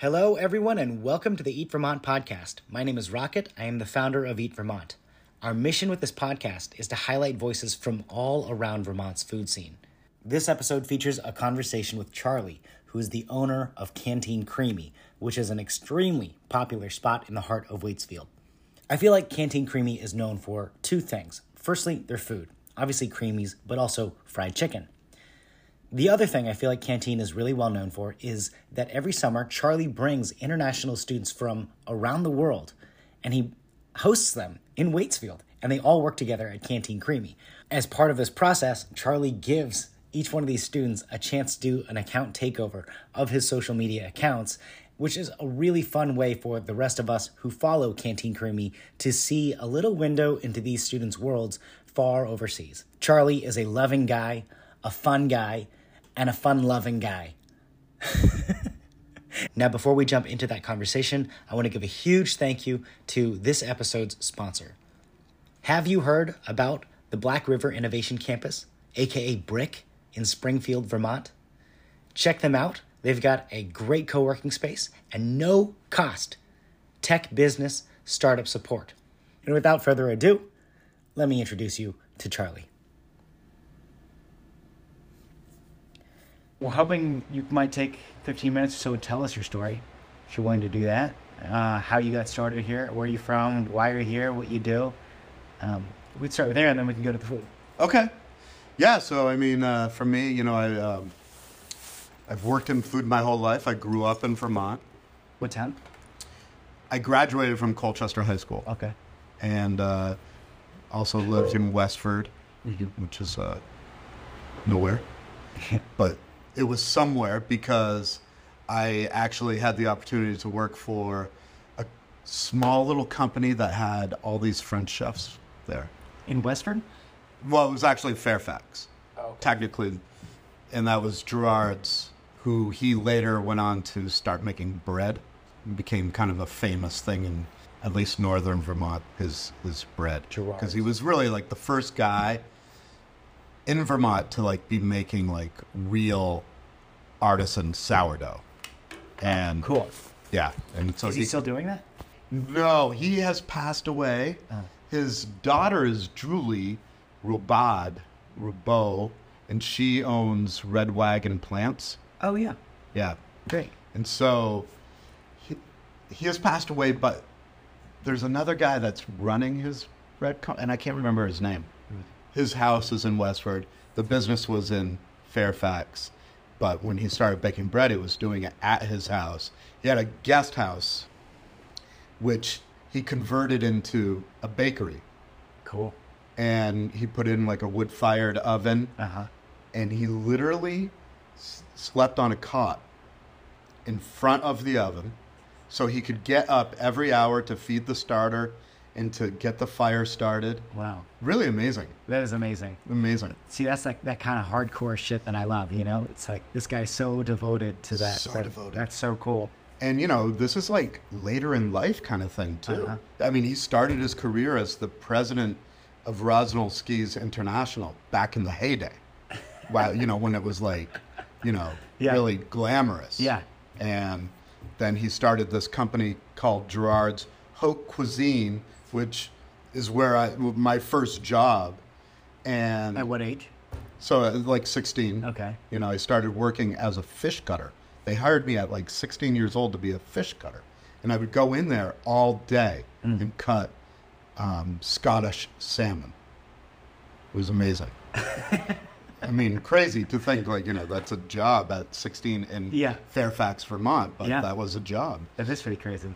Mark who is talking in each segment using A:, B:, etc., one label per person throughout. A: Hello, everyone, and welcome to the Eat Vermont podcast. My name is Rocket. I am the founder of Eat Vermont. Our mission with this podcast is to highlight voices from all around Vermont's food scene. This episode features a conversation with Charlie, who is the owner of Canteen Creamy, which is an extremely popular spot in the heart of Waitsfield. I feel like Canteen Creamy is known for two things. Firstly, their food, obviously creamies, but also fried chicken. The other thing I feel like Canteen is really well known for is that every summer Charlie brings international students from around the world and he hosts them in Waitsfield and they all work together at Canteen Creamy. As part of this process, Charlie gives each one of these students a chance to do an account takeover of his social media accounts, which is a really fun way for the rest of us who follow Canteen Creamy to see a little window into these students' worlds far overseas. Charlie is a loving guy, a fun guy, and a fun loving guy. now, before we jump into that conversation, I want to give a huge thank you to this episode's sponsor. Have you heard about the Black River Innovation Campus, aka BRIC, in Springfield, Vermont? Check them out. They've got a great co working space and no cost tech business startup support. And without further ado, let me introduce you to Charlie. We're hoping you might take 15 minutes or so and tell us your story, if you're willing to do that. Uh, how you got started here, where you're from, why you're here, what you do. Um, we'd start with there and then we can go to the food.
B: Okay. Yeah. So I mean, uh, for me, you know, I um, I've worked in food my whole life. I grew up in Vermont.
A: What town?
B: I graduated from Colchester High School,
A: Okay.
B: and uh, also lived in Westford, which is uh, nowhere, but it was somewhere because I actually had the opportunity to work for a small little company that had all these French chefs there.
A: In Westford?
B: Well, it was actually Fairfax,
A: Oh,
B: technically, and that was Gerard's, who he later went on to start making bread, and became kind of a famous thing in at least northern Vermont. His his bread, because he was really like the first guy in Vermont to like be making like real artisan sourdough, and
A: Cool.
B: yeah, and so
A: Is he still doing that?
B: no, he has passed away. His daughter is Julie Rubad, Rubo, and she owns Red Wagon Plants.
A: Oh, yeah.
B: Yeah.
A: Great.
B: And so he, he has passed away, but there's another guy that's running his red co and I can't remember his name. His house is in Westford. The business was in Fairfax, but when he started baking bread, he was doing it at his house. He had a guest house, which he converted into a bakery,
A: Cool.
B: and he put in like a wood-fired oven
A: Uh huh.
B: and he literally s- slept on a cot in front of the oven so he could get up every hour to feed the starter and to get the fire started.
A: Wow.
B: Really amazing.
A: That is amazing.
B: Amazing.
A: See, that's like that kind of hardcore shit that I love. You know, it's like this guy's so devoted to that.
B: So
A: That-
B: devoted.
A: That's so cool.
B: And you know, this is like later in life kind of thing too.
A: Uh-huh.
B: I mean, he started his career as the president of Rosnowski's International back in the heyday. Wow, you know, when it was like, you know,
A: Yeah.
B: really glamorous.
A: Yeah.
B: And then he started this company called Gerard's Haute Cuisine, which is where I my first job. And
A: At what age?
B: so, uh, like 16.
A: Okay.
B: You know, I started working as a fish cutter. They hired me at like 16 years old to be a fish cutter. And I would go in there all day
A: Mm.
B: and cut um, Scottish salmon. It was amazing. I mean, crazy to think, like, you know, that's a job at 16 in
A: Yeah.
B: Fairfax, Vermont, but
A: Yeah.
B: that was a job.
A: That is pretty crazy.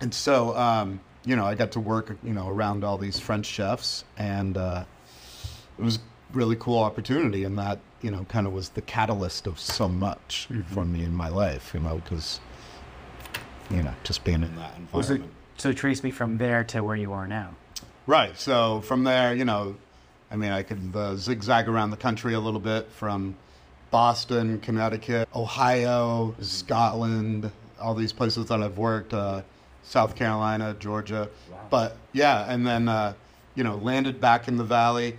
B: And so, um, you know, I got to work, you know, around all these French chefs, and uh, it was a really cool opportunity. And that, you know, kind of was the catalyst of so much for me in my life, you know, because, you know, just being in that environment.
A: So, so trace me from there to where you are now.
B: Right. So from there, you know, I mean, I could uh, zigzag around the country a little bit from Boston, Connecticut, Ohio, Scotland, all these places that I've worked, uh, South Carolina, Georgia. But yeah, and then, uh, you know, landed back in the valley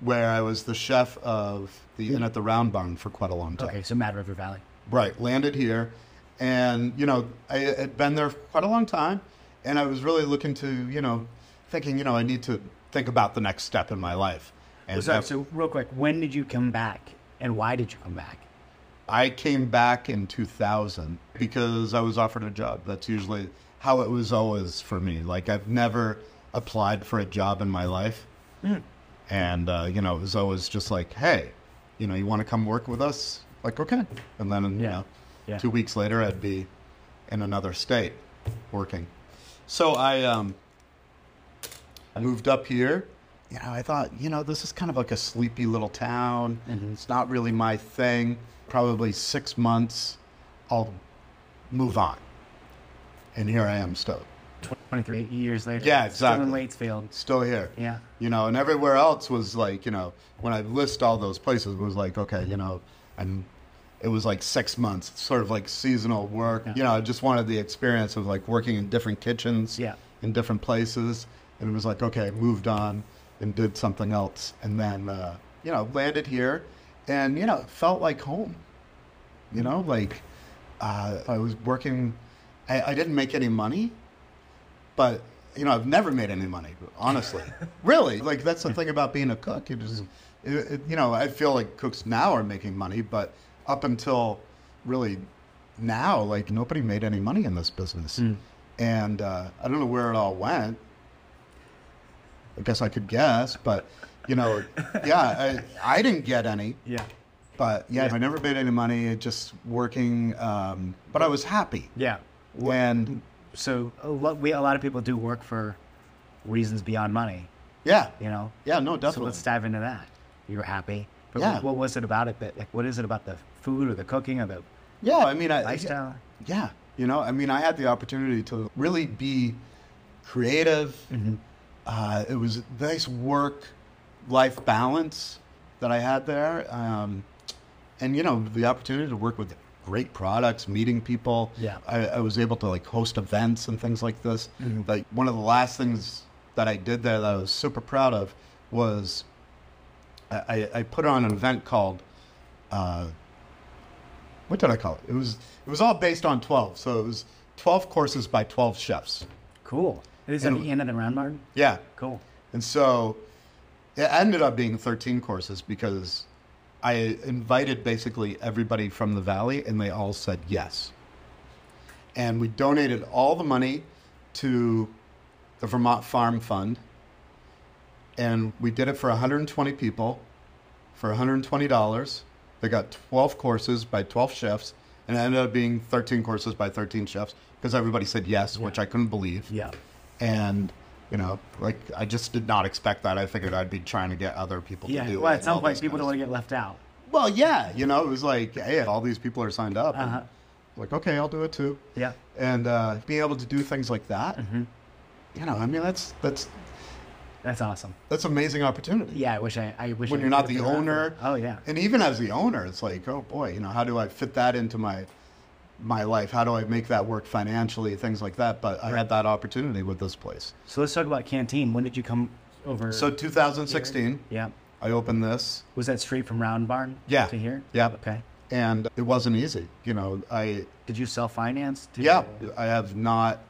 B: where I was the chef of the Inn at the Round Barn for quite a long time.
A: Okay, so Mad River Valley.
B: Right. Landed here and you know I had been there for quite a long time, and I was really looking to you know, thinking you know I need to think about the next step in my life. And
C: So,
B: that-
C: so real quick, when did you come back, and why did you come back?
B: I came back in 2000 because I was offered a job. That's usually how it was always for me. Like I've never applied for a job in my life, and uh, you know it was always just like, hey, you know, you want to come work with us? Like okay, and then you
C: Yeah.
B: know,
C: Yeah.
B: two weeks later I'd be in another state working. So I um, I moved up here. You know, I thought, you know, this is kind of like a sleepy little town. It's not really my thing. Probably six months, I'll move on. And here I am still,
C: Twenty-three years later.
B: Yeah,
C: Still in
B: exactly.
C: Waitsfield.
B: still here.
C: Um, Yeah.
B: You know, and everywhere else was like, you know, when I list all those places, it was like, okay, you know, and it was like six months, sort of like seasonal work. You know, I just wanted the experience of like working in different kitchens,
C: Yeah.
B: in different places, and it was like, okay, moved on and did something else, and then uh, you know, landed here, and you know, it felt like home. You know, like uh, I was working, I, I didn't make any money, but you know, I've never made any money, honestly. really, like that's the thing about being a cook. You just, it, it, you know, I feel like cooks now are making money, but up until really now, like nobody made any money in this business,
C: Hmm.
B: and uh, I don't know where it all went. I guess I could guess, but you know, yeah, I, I didn't get any.
C: Yeah.
B: But yeah, I never made any money. It just working, um, but I was happy.
C: Yeah.
B: And
C: So a lot, we a lot of people do work for reasons beyond money.
B: yeah,
C: You know.
B: yeah, no,
C: So
B: definitely.
C: let's dive into that. You were happy. But
B: Yeah.
C: what was it about it that like what is it about the food or the cooking or the
B: yeah, I mean, I,
C: lifestyle?
B: Yeah, you know, I mean, I had the opportunity to really be creative.
C: Mm-hmm.
B: Uh, it was nice work life balance that I had there. Um, and, you know, the opportunity to work with great products, meeting people.
C: Yeah.
B: I, I was able to like host events and things like this.
C: Mm-hmm.
B: Like, one of the last things that I did there that I was super proud of was I, I, I put on an event called. Uh, what did I call it? It was it was all based on twelve, so it was twelve courses by twelve chefs.
C: Cool. Is it
B: And-
C: the end of the round Martin?
B: Yeah,
C: Cool.
B: and so it ended up being 13 courses because I invited basically everybody from the valley and they all said yes. And we donated all the money to the Vermont Farm Fund. And we did it for 120 people for $120. They got 12 courses by 12 chefs. And it ended up being 13 courses by 13 chefs because everybody said yes, which I couldn't believe
C: Yeah.
B: and you know, like I just did not expect that. I figured I'd be trying to get other people
C: Yeah.
B: to do
C: Well,
B: it.
C: at some point people don't want to get left out.
B: to. Well, yeah, you know, it was like, hey, all these people are signed up. and
C: Uh-huh.
B: Like, okay, I'll do it too.
C: Yeah.
B: And uh, being able to do things like that,
C: Mm-hmm.
B: you know, I mean, that's that's
C: That's awesome.
B: that's amazing opportunity.
C: Yeah, I wish I, I wish
B: When
C: I
B: you're not
C: could've
B: the
C: been around
B: owner,
C: for that. Oh yeah.
B: And even as the owner, it's like, oh boy, you know, how do I fit that into my my life? How do I make that work financially? Things like that. But I had that opportunity with this place.
C: So let's talk about canteen. When did you come over?
B: So 2016,
C: yeah,
B: I opened this.
C: was that straight from Round Barn?
B: Yeah.
C: To here.
B: Yeah.
C: Okay.
B: and it wasn't easy. You know, I
C: Did you self finance?
B: yeah, I have not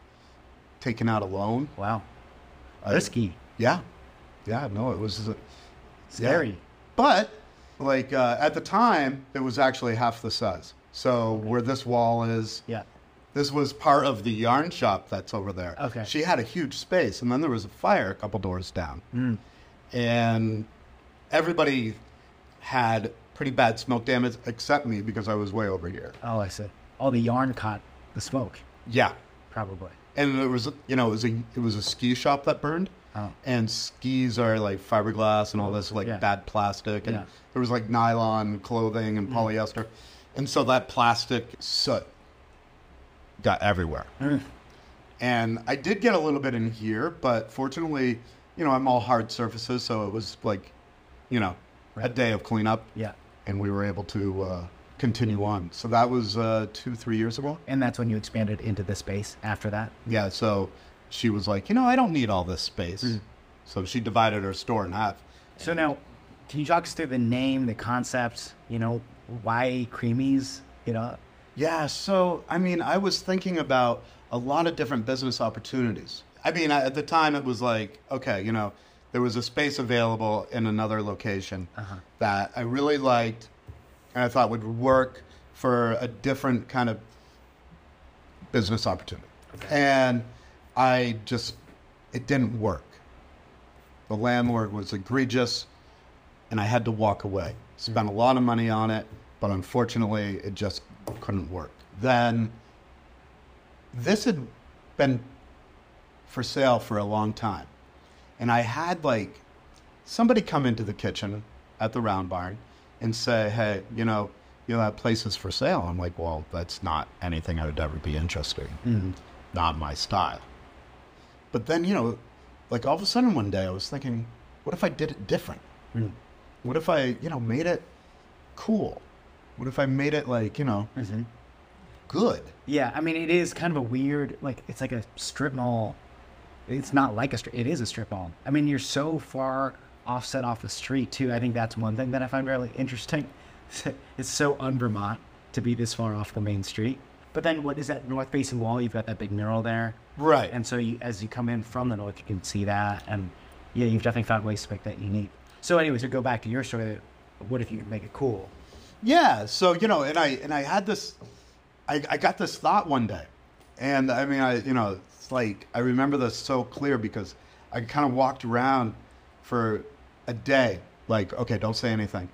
B: taken out a loan.
C: Wow.
B: I-
C: Risky.
B: Yeah, yeah, no, it was yeah.
C: Scary.
B: But like uh, at the time, it was actually half the size. So where this wall is,
C: Yeah.
B: this was part of the yarn shop that's over there.
C: Okay.
B: She had a huge space, and then there was a fire a couple doors down.
C: Mm.
B: And everybody had pretty bad smoke damage except me because I was way over here.
C: Oh, I said. All the yarn caught the smoke,
B: Yeah.
C: probably.
B: and it was you know it was a it was a ski shop that burned
C: Oh.
B: and skis are like fiberglass and all this like
C: Yeah.
B: bad plastic and
C: Yeah. Mm.
B: there was like nylon clothing and polyester and so that plastic soot got everywhere
C: Mm.
B: and i did get a little bit in here but fortunately you know i'm all hard surfaces so it was like you know a day of cleanup
C: Yeah.
B: and we were able to uh, continue on so that was uh, two three years ago
C: And that's when you expanded into the space after that.
B: yeah, so she was like, you know, I don't need all this space. So she divided her store in half.
C: So now, can you talk us through the name, the concept? You know, why creamies? You know,
B: Yeah, so I mean, I was thinking about a lot of different business opportunities. I mean, I- at the time it was like, okay, you know, there was a space available in another location that I really liked and I thought would work for a different kind of business opportunity. And I just, it didn't work. The landlord was egregious and I had to walk away. Spent a lot of money on it, but unfortunately, it just couldn't work. Then this had been for sale for a long time. And I had like somebody come into the kitchen at the round barn and say, Hey, you know, you know, that place is for sale. I'm like, Well, that's not anything I would ever be interested in. Not my style. But then, you know, like all of a sudden one day I was thinking, What if I did it different? What if I, you know, made it cool? What if I made it like, you know, good?
A: Yeah, I mean, it is kind of a weird, like, it's like a strip mall. It's not like a strip, it is a strip mall. I mean, you're so far offset off the street, too. I think that's one thing that I find really interesting. It's so un Vermont to be this far off the main street. But then, what is that north facing wall? You've got that big mural there.
B: Right.
A: And so, you, as you come in from the north, you can see that. And yeah, you've definitely found ways to make that unique. So, anyways, to go back to your story, what if you could make it cool?
B: Yeah. So you know, and I and I had this, I, I got this thought one day, and I mean, I you know, it's like I remember this so clear because I kind of walked around for a day, like, okay, don't say anything,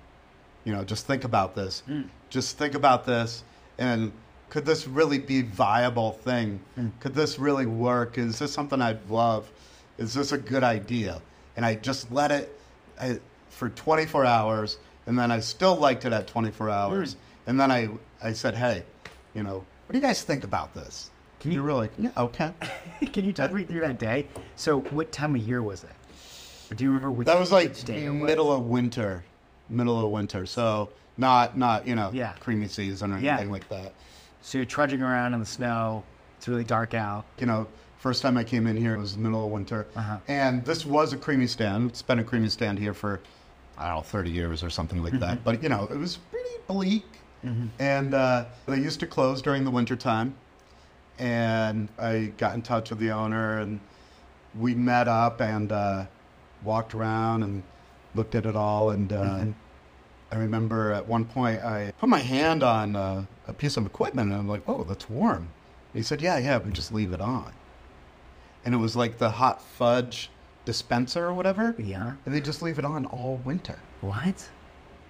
B: you know, just think about this,
A: Mm.
B: just think about this, and could this really be a viable thing?
A: Mm.
B: Could this really work? Is this something I'd love? Is this a good idea? And I just let it I, for 24 hours, and then I still liked it at 24
A: Mm.
B: hours. And then I, I said, hey, you know, what do you guys think about this?
A: Can you-
B: you were like, yeah, okay.
A: Can you talk me through that day? So, what time of year was it? Or do you remember which
B: That was
A: which
B: like
A: day it was?
B: middle of winter, middle of winter. So not, not you know,
A: Yeah.
B: creamy season or
A: Yeah.
B: anything like that.
A: So you're trudging around in the snow. It's really dark out.
B: you know, first time I came in here, it was the middle of winter.
A: Uh-huh.
B: And this was a creamy stand. It's been a creamy stand here for, I don't know, 30 years or something like that. But, you know, it was pretty bleak. And uh, they used to close during the winter time. And I got in touch with the owner and we met up and uh, walked around and looked at it all. And uh, I remember at one point I put my hand on uh, a piece of equipment and I'm like, oh, that's warm. He said, yeah, yeah, but just leave it on. And it was like the hot fudge dispenser or whatever.
A: Yeah.
B: And they just leave it on all winter.
A: What?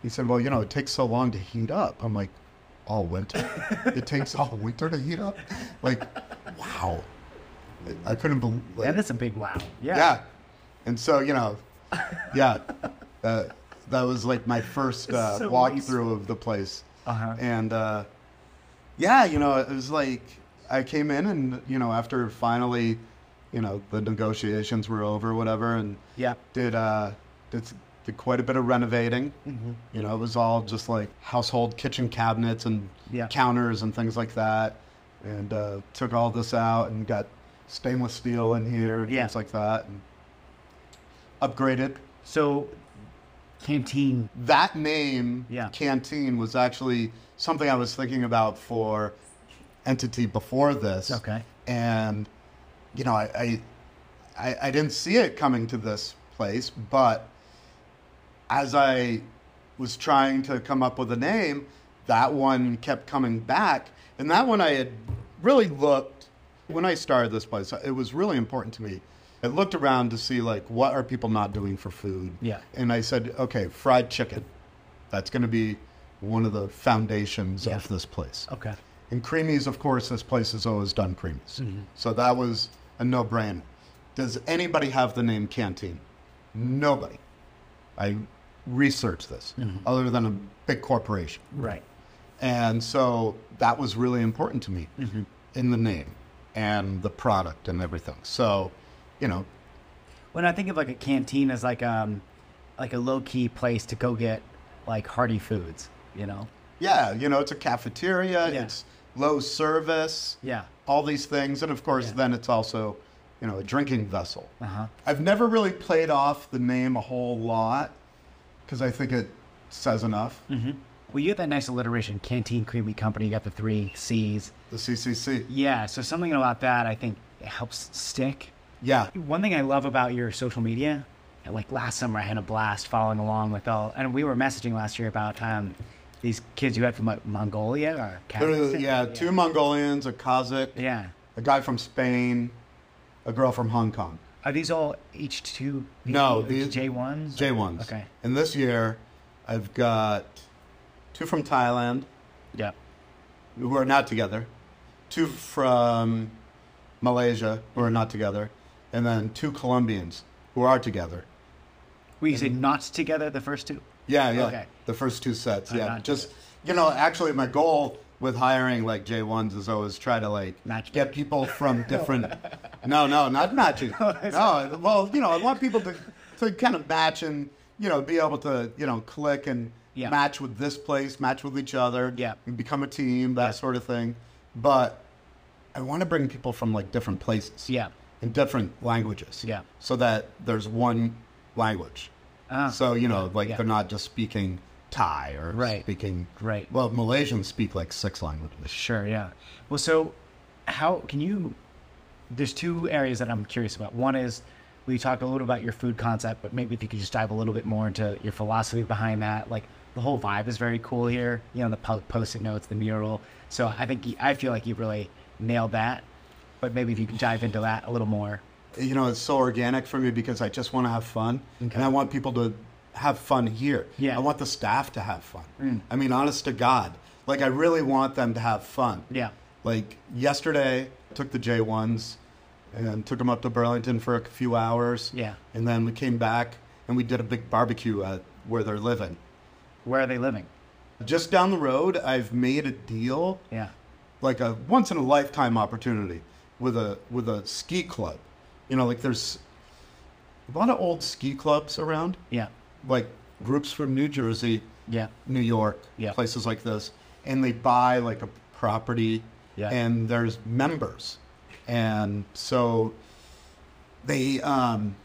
B: He said, well, you know, it takes so long to heat up. I'm like, all winter? it takes all winter to heat up? Like, wow. I couldn't believe
A: Yeah, that's a big wow. Yeah.
B: yeah. And so, you know, yeah, uh, that was like my first
A: It's
B: uh,
A: so
B: walkthrough
A: wasteful.
B: of the place.
A: Uh-huh.
B: And uh, yeah, you know, it was like I came in and, you know, after finally, you know, the negotiations were over, whatever, and
A: Yeah.
B: did, uh, did, s- did quite a bit of renovating.
A: Mm-hmm.
B: You know, it was all just like household kitchen cabinets and
A: Yeah.
B: counters and things like that. And uh, took all this out and got stainless steel in here and
A: Yeah.
B: things like that. And upgraded.
A: So, canteen.
B: That name,
A: Yeah.
B: Canteen, was actually something I was thinking about for entity before this.
A: Okay.
B: And, you know, I, I, I, I didn't see it coming to this place, but as I was trying to come up with a name, that one kept coming back. And that one I had really looked when I started this place, it was really important to me. I looked around to see like what are people not doing for food.
A: Yeah.
B: And I said, okay, fried chicken. That's gonna be one of the foundations
A: Yeah.
B: of this place.
A: Okay.
B: And Creamies, of course, this place has always done Creamies.
A: Mm-hmm.
B: So that was a no brainer. Does anybody have the name Canteen? Nobody. I researched this,
A: Mm-hmm.
B: other than a big corporation.
A: Right.
B: And so that was really important to me
A: Mm-hmm.
B: in the name and the product and everything. So, you know,
A: When I think of like a canteen as like um, like a low key place to go get like hearty foods. You know.
B: yeah, you know, it's a cafeteria,
A: Yeah.
B: it's low service.
A: Yeah.
B: all these things, and of course,
A: Yeah.
B: then it's also, you know, a drinking vessel.
A: Uh-huh.
B: I've never really played off the name a whole lot because I think it says enough.
A: Well, you have that nice alliteration, Canteen Creamy Company. You got the three C's.
B: The CCC.
A: Yeah, so something about that I think helps stick.
B: Yeah.
A: One thing I love about your social media, like last summer I had a blast following along with all, and we were messaging last year about um, these kids you had from like, Mongolia or
B: Literally,
A: Kazakhstan.
B: yeah, two Mongolians, a Kazakh,
A: Yeah.
B: a guy from Spain, a girl from Hong Kong.
A: Are these all H2?
B: No, these-
A: J1s?
B: J1s.
A: Okay.
B: And this year, I've got two from Thailand
A: Yeah.
B: who are not together, two from Malaysia who are not together, and then two Colombians who are together.
A: Wait, you said not together, the first two?
B: Yeah, yeah.
A: Okay.
B: The first two sets. Yeah.
A: not
B: Just you know, actually my goal with hiring like J ones is always try to like
A: Match
B: get people from different No, no, not matching. No, well, you know, I want people to to kind of match and you know, be able to, you know, click and
A: Yeah.
B: match with this place, match with each other,
A: Yeah.
B: and become a team, that sort of thing. But I want to bring people from like different places.
A: Yeah.
B: And different languages.
A: Yeah.
B: So that there's one language.
A: Ah.
B: So you know, like
A: yeah.
B: they're not just speaking Thai or
A: Right.
B: speaking.
A: Right.
B: Well, Malaysians speak like six languages.
A: Sure, yeah. Well, so how can you? There's two areas that I'm curious about. One is we talked a little about your food concept, but maybe if you could just dive a little bit more into your philosophy behind that. Like the whole vibe is very cool here. You know, the po- post-it notes, the mural. So I think you- I feel like you really nailed that. But maybe if you could dive into that a little more.
B: You know, it's so organic for me because I just want to have fun, and I want people to have fun here.
A: Yeah. Mm.
B: I want the staff to have fun. I mean, honest to God, like I really want them to have fun.
A: Yeah.
B: Like yesterday, took the J ones, and took them up to Burlington for a few hours.
A: Yeah.
B: And then we came back and we did a big barbecue at where they're living.
A: Where are they living?
B: Just down the road, I've made a deal
A: Yeah.
B: like a once in a lifetime opportunity with a with a ski club. You know, like there's a lot of old ski clubs around,
A: Yeah.
B: like groups from New Jersey,
A: Yeah.
B: New York,
A: Yeah.
B: places like this, and they buy like a property,
A: Yeah.
B: and there's members, and so they um,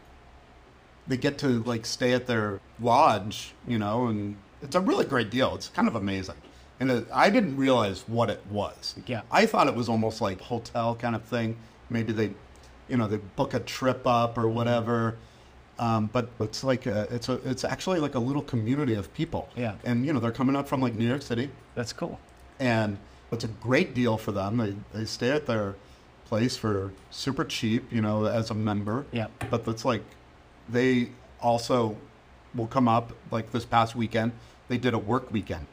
B: they get to like stay at their lodge, you know, and it's a really great deal. It's kind of amazing, and it, I didn't realize what it was.
A: Yeah.
B: I thought it was almost like hotel kind of thing. Maybe they, you know, they book a trip up
A: Mm-hmm.
B: or whatever. Um, but it's like a, it's a it's actually like a little community of people.
A: Yeah.
B: And you know they're coming up from like New York City,
A: That's cool.
B: and it's a great deal for them. They they stay at their place for super cheap, you know, as a member.
A: Yeah.
B: But it's like they also will come up like this past weekend. They did a work weekend,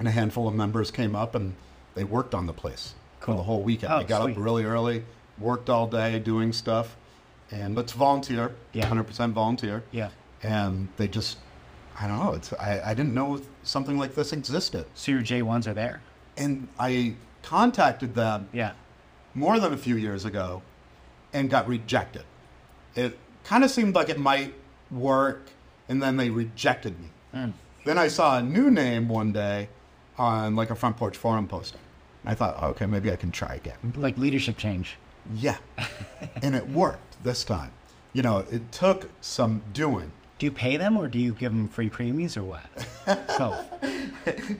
B: and a handful of members came up and they worked on the place for the
A: Cool.
B: whole weekend.
A: Oh,
B: they got
A: sweet.
B: up really early, worked all day doing stuff, and it's volunteer,
A: Yeah.
B: hundred percent volunteer.
A: Yeah.
B: And they just, I don't know. It's I, I didn't know something like this existed
A: So your J1s are there.
B: and I contacted them
A: Yeah.
B: more than a few years ago and got rejected. It kind of seemed like it might work, and then they rejected me. Then I saw a new name one day on like a front porch forum posting. I thought, "Oh, okay, maybe I can try again.
A: Like leadership change.
B: Yeah. and it worked this time. You know, it took some doing.
A: Do you pay them or do you give them free preemies or what? so,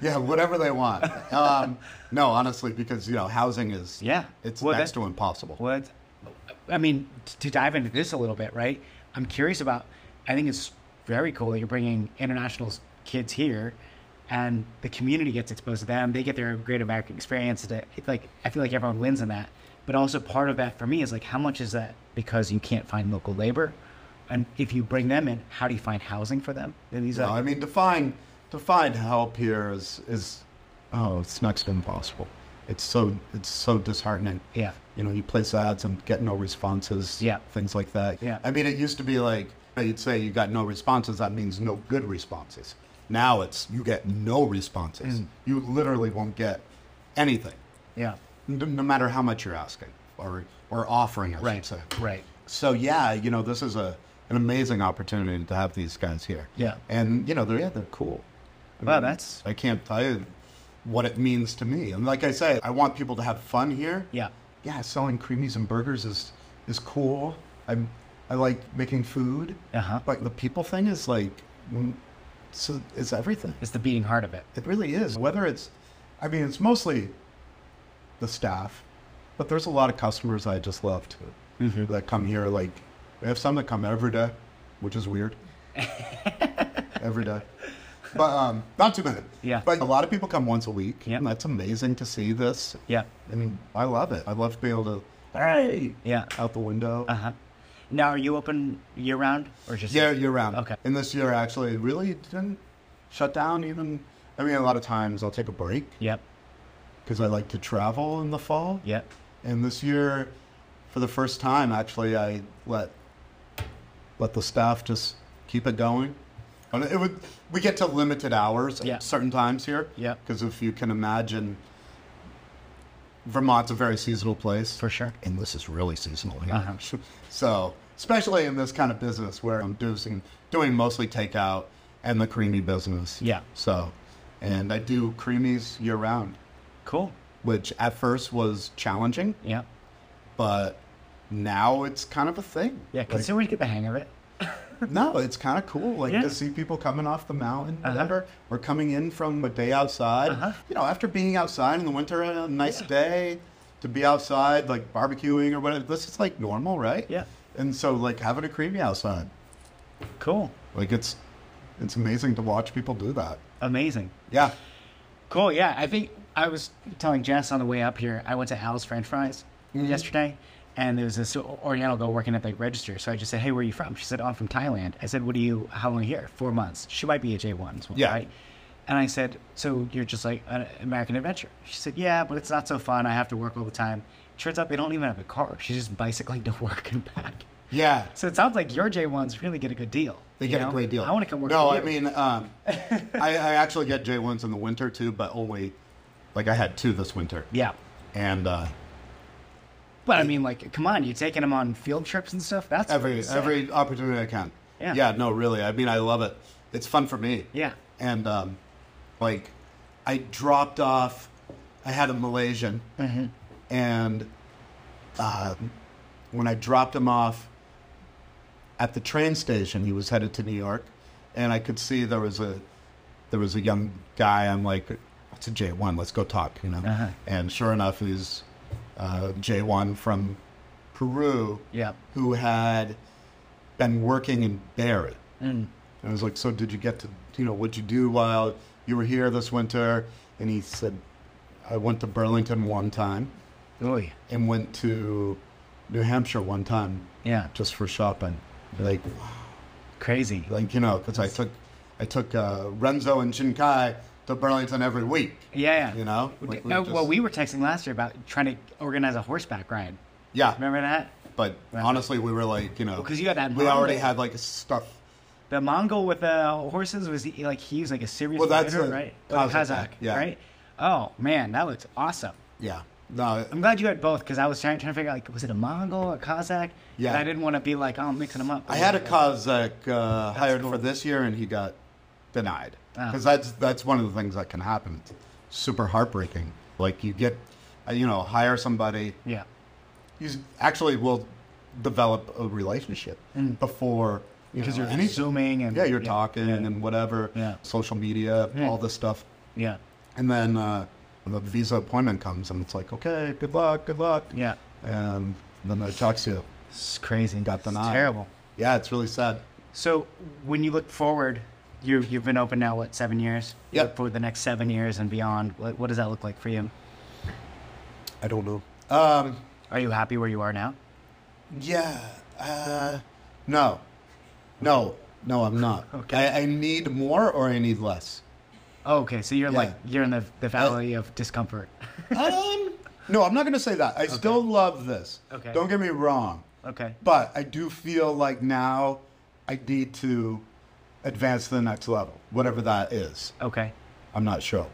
B: Yeah, whatever they want. Um, no, honestly, because, you know, housing is,
A: Yeah.
B: it's
A: Well,
B: next
A: that-
B: to impossible.
A: what? I mean, t- to dive into this a little bit, right? I'm curious about. I think it's very cool that you're bringing international s- kids here, and the community gets exposed to them. They get their great American experience. That it's like I feel like everyone wins in that. But also part of that for me is like, how much is that because you can't find local labor, and if you bring them in, how do you find housing for them? And these
B: No, I
A: are
B: mean to find to find help here is is oh, it's next to impossible. It's so it's so disheartening.
A: Yeah.
B: You know, you place ads and get no responses.
A: Yeah.
B: Things like that.
A: Yeah.
B: I mean, it used to be like you'd say you got no responses. That means no good responses. Now it's you get no
A: Mm.
B: responses. You literally won't get anything,
A: yeah,
B: no no matter how much you're asking or or offering. I
A: right,
B: Should say.
A: right,
B: So yeah, you know, this is a an amazing opportunity to have these guys here.
A: Yeah.
B: and you know, they're yeah, they're cool. I
A: Wow, that's-
B: I can't tell you what it means to me. And like I say, I want people to have fun here.
A: yeah.
B: yeah, selling creamies and burgers is is cool. I'm I like making food.
A: Uh-huh.
B: But the people thing is like, mm, so it's everything.
A: It's the beating heart of it.
B: It really is. Whether it's, I mean, it's mostly the staff, but there's a lot of customers I just love too
A: Mm-hmm.
B: that come here. Like, we have some that come every day, which is weird. every day. But um, not too many.
A: Yeah.
B: But a lot of people come once a week.
A: Yep.
B: And that's amazing to see this.
A: Yeah.
B: I mean, I love it. I love to be able to, hey,
A: Yeah.
B: out the window.
A: Uh huh. Now, are you open year round or just?
B: Yeah, year round.
A: Okay.
B: And this year actually really didn't shut down even. I mean, a lot of times I'll take a break
A: Yep.
B: because I like to travel in the fall.
A: Yep.
B: And this year, for the first time, actually, I let let the staff just keep it going. And it would we get to limited hours
A: Yeah.
B: at certain times here.
A: Yeah.
B: Because if you can imagine, Vermont's a very seasonal place
A: For sure.
B: and this is really seasonal here.
A: Uh-huh.
B: So, especially in this kind of business where I'm doing doing mostly takeout and the creamy business.
A: Yeah.
B: So, and I do creamies year round,
A: Cool.
B: which at first was challenging,
A: Yeah.
B: but now it's kind of a thing.
A: Yeah.
B: Like,
A: Consumers get the hang of it.
B: no, it's kind of cool. Like
A: Yeah.
B: to see people coming off the mountain,
A: Uh-huh.
B: whatever, or coming in from a day outside.
A: Uh-huh.
B: You know, after being outside in the winter, a nice day to be outside, like barbecuing or whatever. This is like normal, right?
A: Yeah.
B: And so, like having a creamy outside,
A: Cool.
B: like it's it's amazing to watch people do that.
A: Amazing.
B: Yeah.
A: Cool. Yeah, I think I was telling Jess on the way up here. I went to Al's French Fries
B: Mm-hmm.
A: yesterday, and there was this Oriental girl working at the register. So I just said, "Hey, where are you from?" She said, "Oh, "I'm from Thailand." I said, "What are you? How long are you here? Four months." She might be a J one.
B: Yeah.
A: Right? And I said, "So you're just like an American adventure?" She said, "Yeah, but it's not so fun. I have to work all the time." Turns out they don't even have a car. She's just bicycling to work and back.
B: Yeah.
A: So it sounds like your J ones really get a good deal.
B: They
A: you
B: get
A: know?
B: a great deal.
A: I want to come work.
B: No,
A: with
B: I
A: you.
B: mean, um, I, I actually get J ones in the winter too, but only like I had two this winter.
A: yeah.
B: And uh,
A: But I mean, like, come on, you taking them on field trips and stuff? That's
B: every
A: sick.
B: every opportunity I can.
A: Yeah.
B: Yeah. No, really. I mean, I love it. It's fun for me.
A: Yeah.
B: And um, like, I dropped off. I had a Malaysian,
A: Mm-hmm.
B: and um, when I dropped him off at the train station, he was headed to New York, and I could see there was a there was a young guy. I'm like, it's a J one. Let's go talk, you know.
A: Uh-huh.
B: And sure enough, he's uh, J one from Peru
A: Yeah.
B: who had been working in Barrett.
A: Mm.
B: And I was like, so did you get to, you know, what'd you do while you were here this winter? And he said, I went to Burlington one time
A: Oy.
B: and went to New Hampshire one time
A: Yeah.
B: just for shopping. Like,
A: Crazy.
B: like you know, because I took, I took uh, Renzo and Shinkai to Burlington every week.
A: Yeah. yeah.
B: You know?
A: Uh,
B: Like,
A: Well,
B: just-
A: we were texting last year about trying to organize a horseback ride.
B: Yeah.
A: Remember that?
B: But honestly, we were like, you know,
A: 'cause you had that
B: we already
A: Honda.
B: had like stuff.
A: The Mongol with the horses was he, like he's like a serious
B: Well, that's
A: rider,
B: a
A: right? Or the
B: Kazakh, yeah.
A: Right. Oh man, that looks awesome.
B: Yeah. No,
A: I'm glad you had both because I was trying, trying to figure out like was it a Mongol or Kazakh?
B: Yeah.
A: And I didn't want to be like oh, I'm mixing them up.
B: I had a Kazakh uh, hired for this year, and he got denied
A: Ah.
B: because that's that's one of the things that can happen. It's super heartbreaking. Like you get, uh, you know, hire somebody.
A: Yeah.
B: You s- actually will develop a relationship before you
A: Because
B: know,
A: Mm. you're
B: anything.
A: zooming and
B: Yeah, you're talking and whatever.
A: Yeah.
B: Social media,
A: Yeah.
B: all this stuff,
A: Yeah.
B: and then uh, the visa appointment comes, and it's like, okay, good luck, good luck.
A: Yeah.
B: And then they talk to you.
A: It's crazy.
B: Got the
A: It's
B: nod.
A: Terrible.
B: Yeah, it's really sad.
A: So when you look forward, you you've been open now what seven years? You
B: Yep.
A: look For the next seven years and beyond, what, what does that look like for you?
B: I don't know. Um,
A: Are you happy where you are now?
B: Yeah. Uh, no. No. No, I'm not.
A: Okay.
B: I, I need more or I need less.
A: Oh, okay, so you're like
B: Yeah. Uh,
A: you're in the, the valley of discomfort.
B: Um, no, I'm not going to say that. I still love this.
A: Okay.
B: Don't get me wrong.
A: okay.
B: But I do feel like now I need to advance to the next level, whatever that is.
A: Okay.
B: I'm not sure.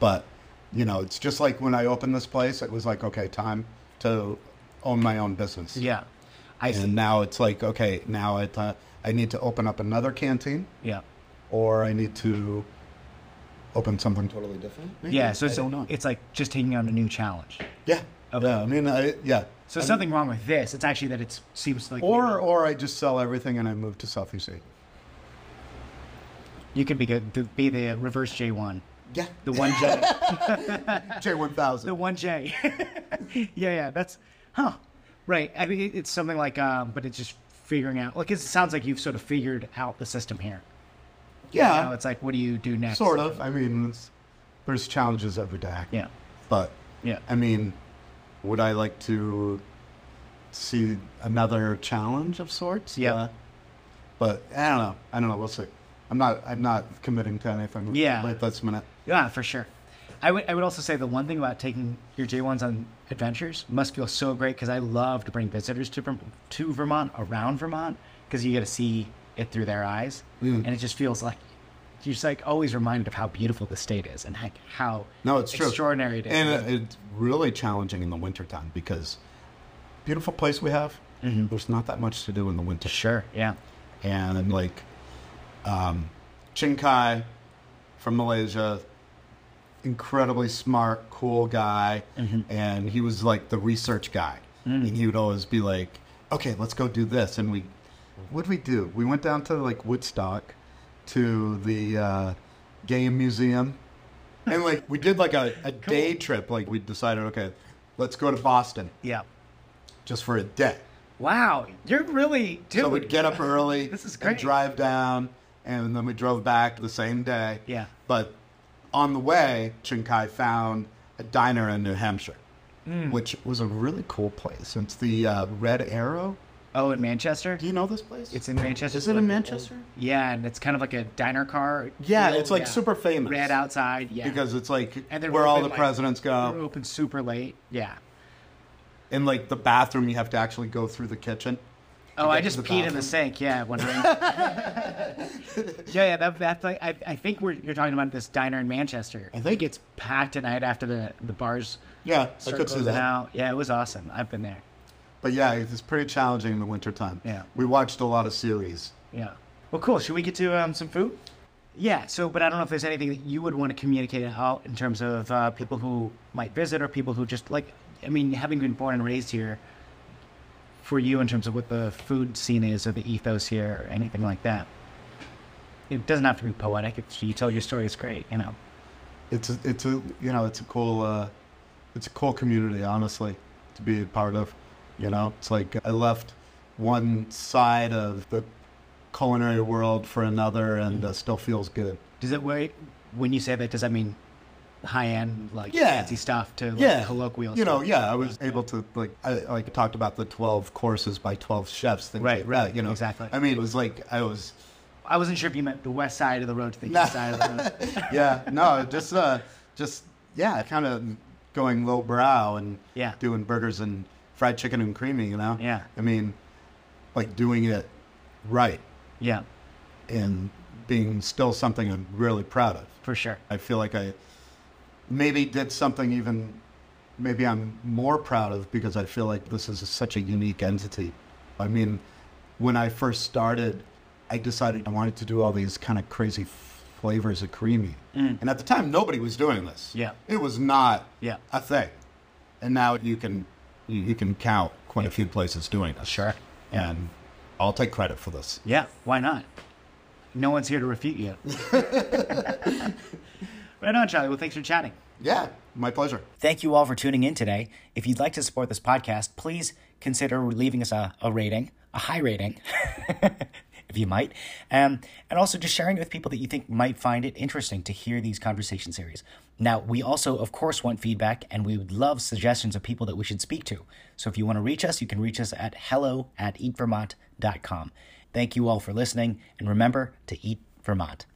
B: But, you know, it's just like when I opened this place, it was like, okay, time to own my own business.
A: Yeah. I see.
B: And now it's like, okay, now I, th- I need to open up another canteen.
A: Yeah.
B: or I need to open something totally different. maybe?
A: Yeah. So it's,
B: I don't know.
A: it's like just taking on a new challenge.
B: yeah,
A: Okay.
B: yeah. I mean, I, yeah.
A: So there's something wrong with this. It's actually that it seems like
B: Or or I just sell everything and I move to Southeast Asia.
A: You could be good. th- Be the reverse J one.
B: Yeah.
A: The one J.
B: J1000.
A: the one J. yeah, yeah. That's huh. Right. I mean, it- it's something like, um, but it's just figuring out. Like, it sounds like you've sort of figured out the system here.
B: yeah.
A: Now it's like, what do you do next?
B: sort of. I mean, it's, there's challenges every day.
A: Yeah.
B: But
A: Yeah.
B: I mean, would I like to see another challenge of sorts? Uh,
A: Yeah.
B: but I don't know. I don't know. We'll see. I'm not. I'm not committing to anything.
A: Yeah.
B: Right this minute.
A: Yeah, for sure. I would I would also say the one thing about taking your J1s on adventures must feel so great because I love to bring visitors to Verm- to Vermont around Vermont because you get to see it through their eyes
B: Mm.
A: and it just feels like you're just like always reminded of how beautiful the state is and like how
B: No, it's true.
A: extraordinary it is.
B: And uh, it- it's really challenging in the wintertime because beautiful place we have. There's not that much to do in the winter.
A: Mm-hmm. sure, yeah,
B: and like um, Ching Kai from Malaysia, incredibly smart, cool guy, and he was like the research guy. And he would always be like, "Okay, let's go do this." And we, what did we do? We went down to like Woodstock, to the uh, game museum, and like we did like a, a day trip. Like we decided, okay, let's go to Boston
A: yeah.
B: just for a day.
A: Wow, you're really dude.
B: So we'd get up early
A: This is
B: and
A: great.
B: drive down, and then we drove back the same day.
A: Yeah.
B: But on the way, Chinkai found a diner in New Hampshire,
A: Hmm.
B: which was a really cool place. It's the uh, Red Arrow.
A: oh, in Manchester,
B: Do you know this place?
A: it's in Manchester.
B: Is it in Manchester?
A: Yeah, and it's kind of like a diner car.
B: Yeah,
A: deal,
B: it's like
A: yeah.
B: super famous.
A: red outside. Yeah,
B: Because uh, it's like
A: And they're
B: where all
A: open,
B: the
A: like-
B: presidents
A: We're
B: go,
A: open super late. Yeah.
B: and like the bathroom, you have to actually go through the kitchen.
A: Oh, I
B: get
A: just
B: to the
A: peed in the
B: bathroom.
A: sink. Yeah, when I... yeah, yeah. That, that's like I, I think we're you're talking about this diner in Manchester. I
B: think-
A: it's packed at night after the the bars.
B: Yeah, I
A: start
B: could see
A: closing
B: that.
A: Out. Yeah, it was awesome. I've been there.
B: But yeah, it's pretty challenging in the wintertime.
A: Yeah.
B: We watched a lot of series.
A: Yeah. Well, cool. Should we get to um, some food? Yeah. So, but I don't know if there's anything that you would want to communicate out in terms of uh, people who might visit or people who just like. I mean, having been born and raised here, for you in terms of what the food scene is or the ethos here or anything like that. It doesn't have to be poetic. If you tell your story, it's great. You know.
B: it's a, it's a you know it's a cool uh, it's a cool community honestly to be a part of you know it's like i left one side of the culinary world for another and
A: Mm-hmm.
B: uh, still feels good
A: Does it wait when you say that? Does that mean high end like
B: Yeah.
A: fancy stuff to like, colloquial?
B: you know
A: stuff?
B: yeah i was able to like i like talked about the 12 courses by 12 chefs things
A: Right,
B: like
A: right,
B: that, you know
A: exactly.
B: i mean it was like i was
A: I wasn't sure if you meant the west side of the road to the
B: No.
A: east side of the road.
B: yeah no just uh just yeah kind of going low brow and
A: Yeah.
B: doing burgers and fried chicken and creamy you know
A: Yeah.
B: i mean like doing it right
A: Yeah,
B: and being still something i'm really proud of
A: for sure.
B: i feel like i maybe did something even maybe i'm more proud of because i feel like this is such a unique entity i mean when i first started i decided i wanted to do all these kind of crazy flavors of creamy and at the time nobody was doing this
A: Mm. Yeah.
B: it was not
A: Yeah.
B: a thing and now you can you, you can count quite a few places doing this
A: Sure.
B: and i'll take credit for this
A: Yeah, why not? No one's here to refute you. right on, Charlie. Well, thanks for chatting.
B: yeah my pleasure
C: Thank you all for tuning in today. If you'd like to support this podcast, please consider leaving us a, a rating, a high rating, if you might, um, and also just sharing it with people that you think might find it interesting to hear these conversation series. Now, we also, of course, want feedback, and we would love suggestions of people that we should speak to. So if you want to reach us, you can reach us at hello at eatvermont.com. Thank you all for listening, and remember to eat Vermont.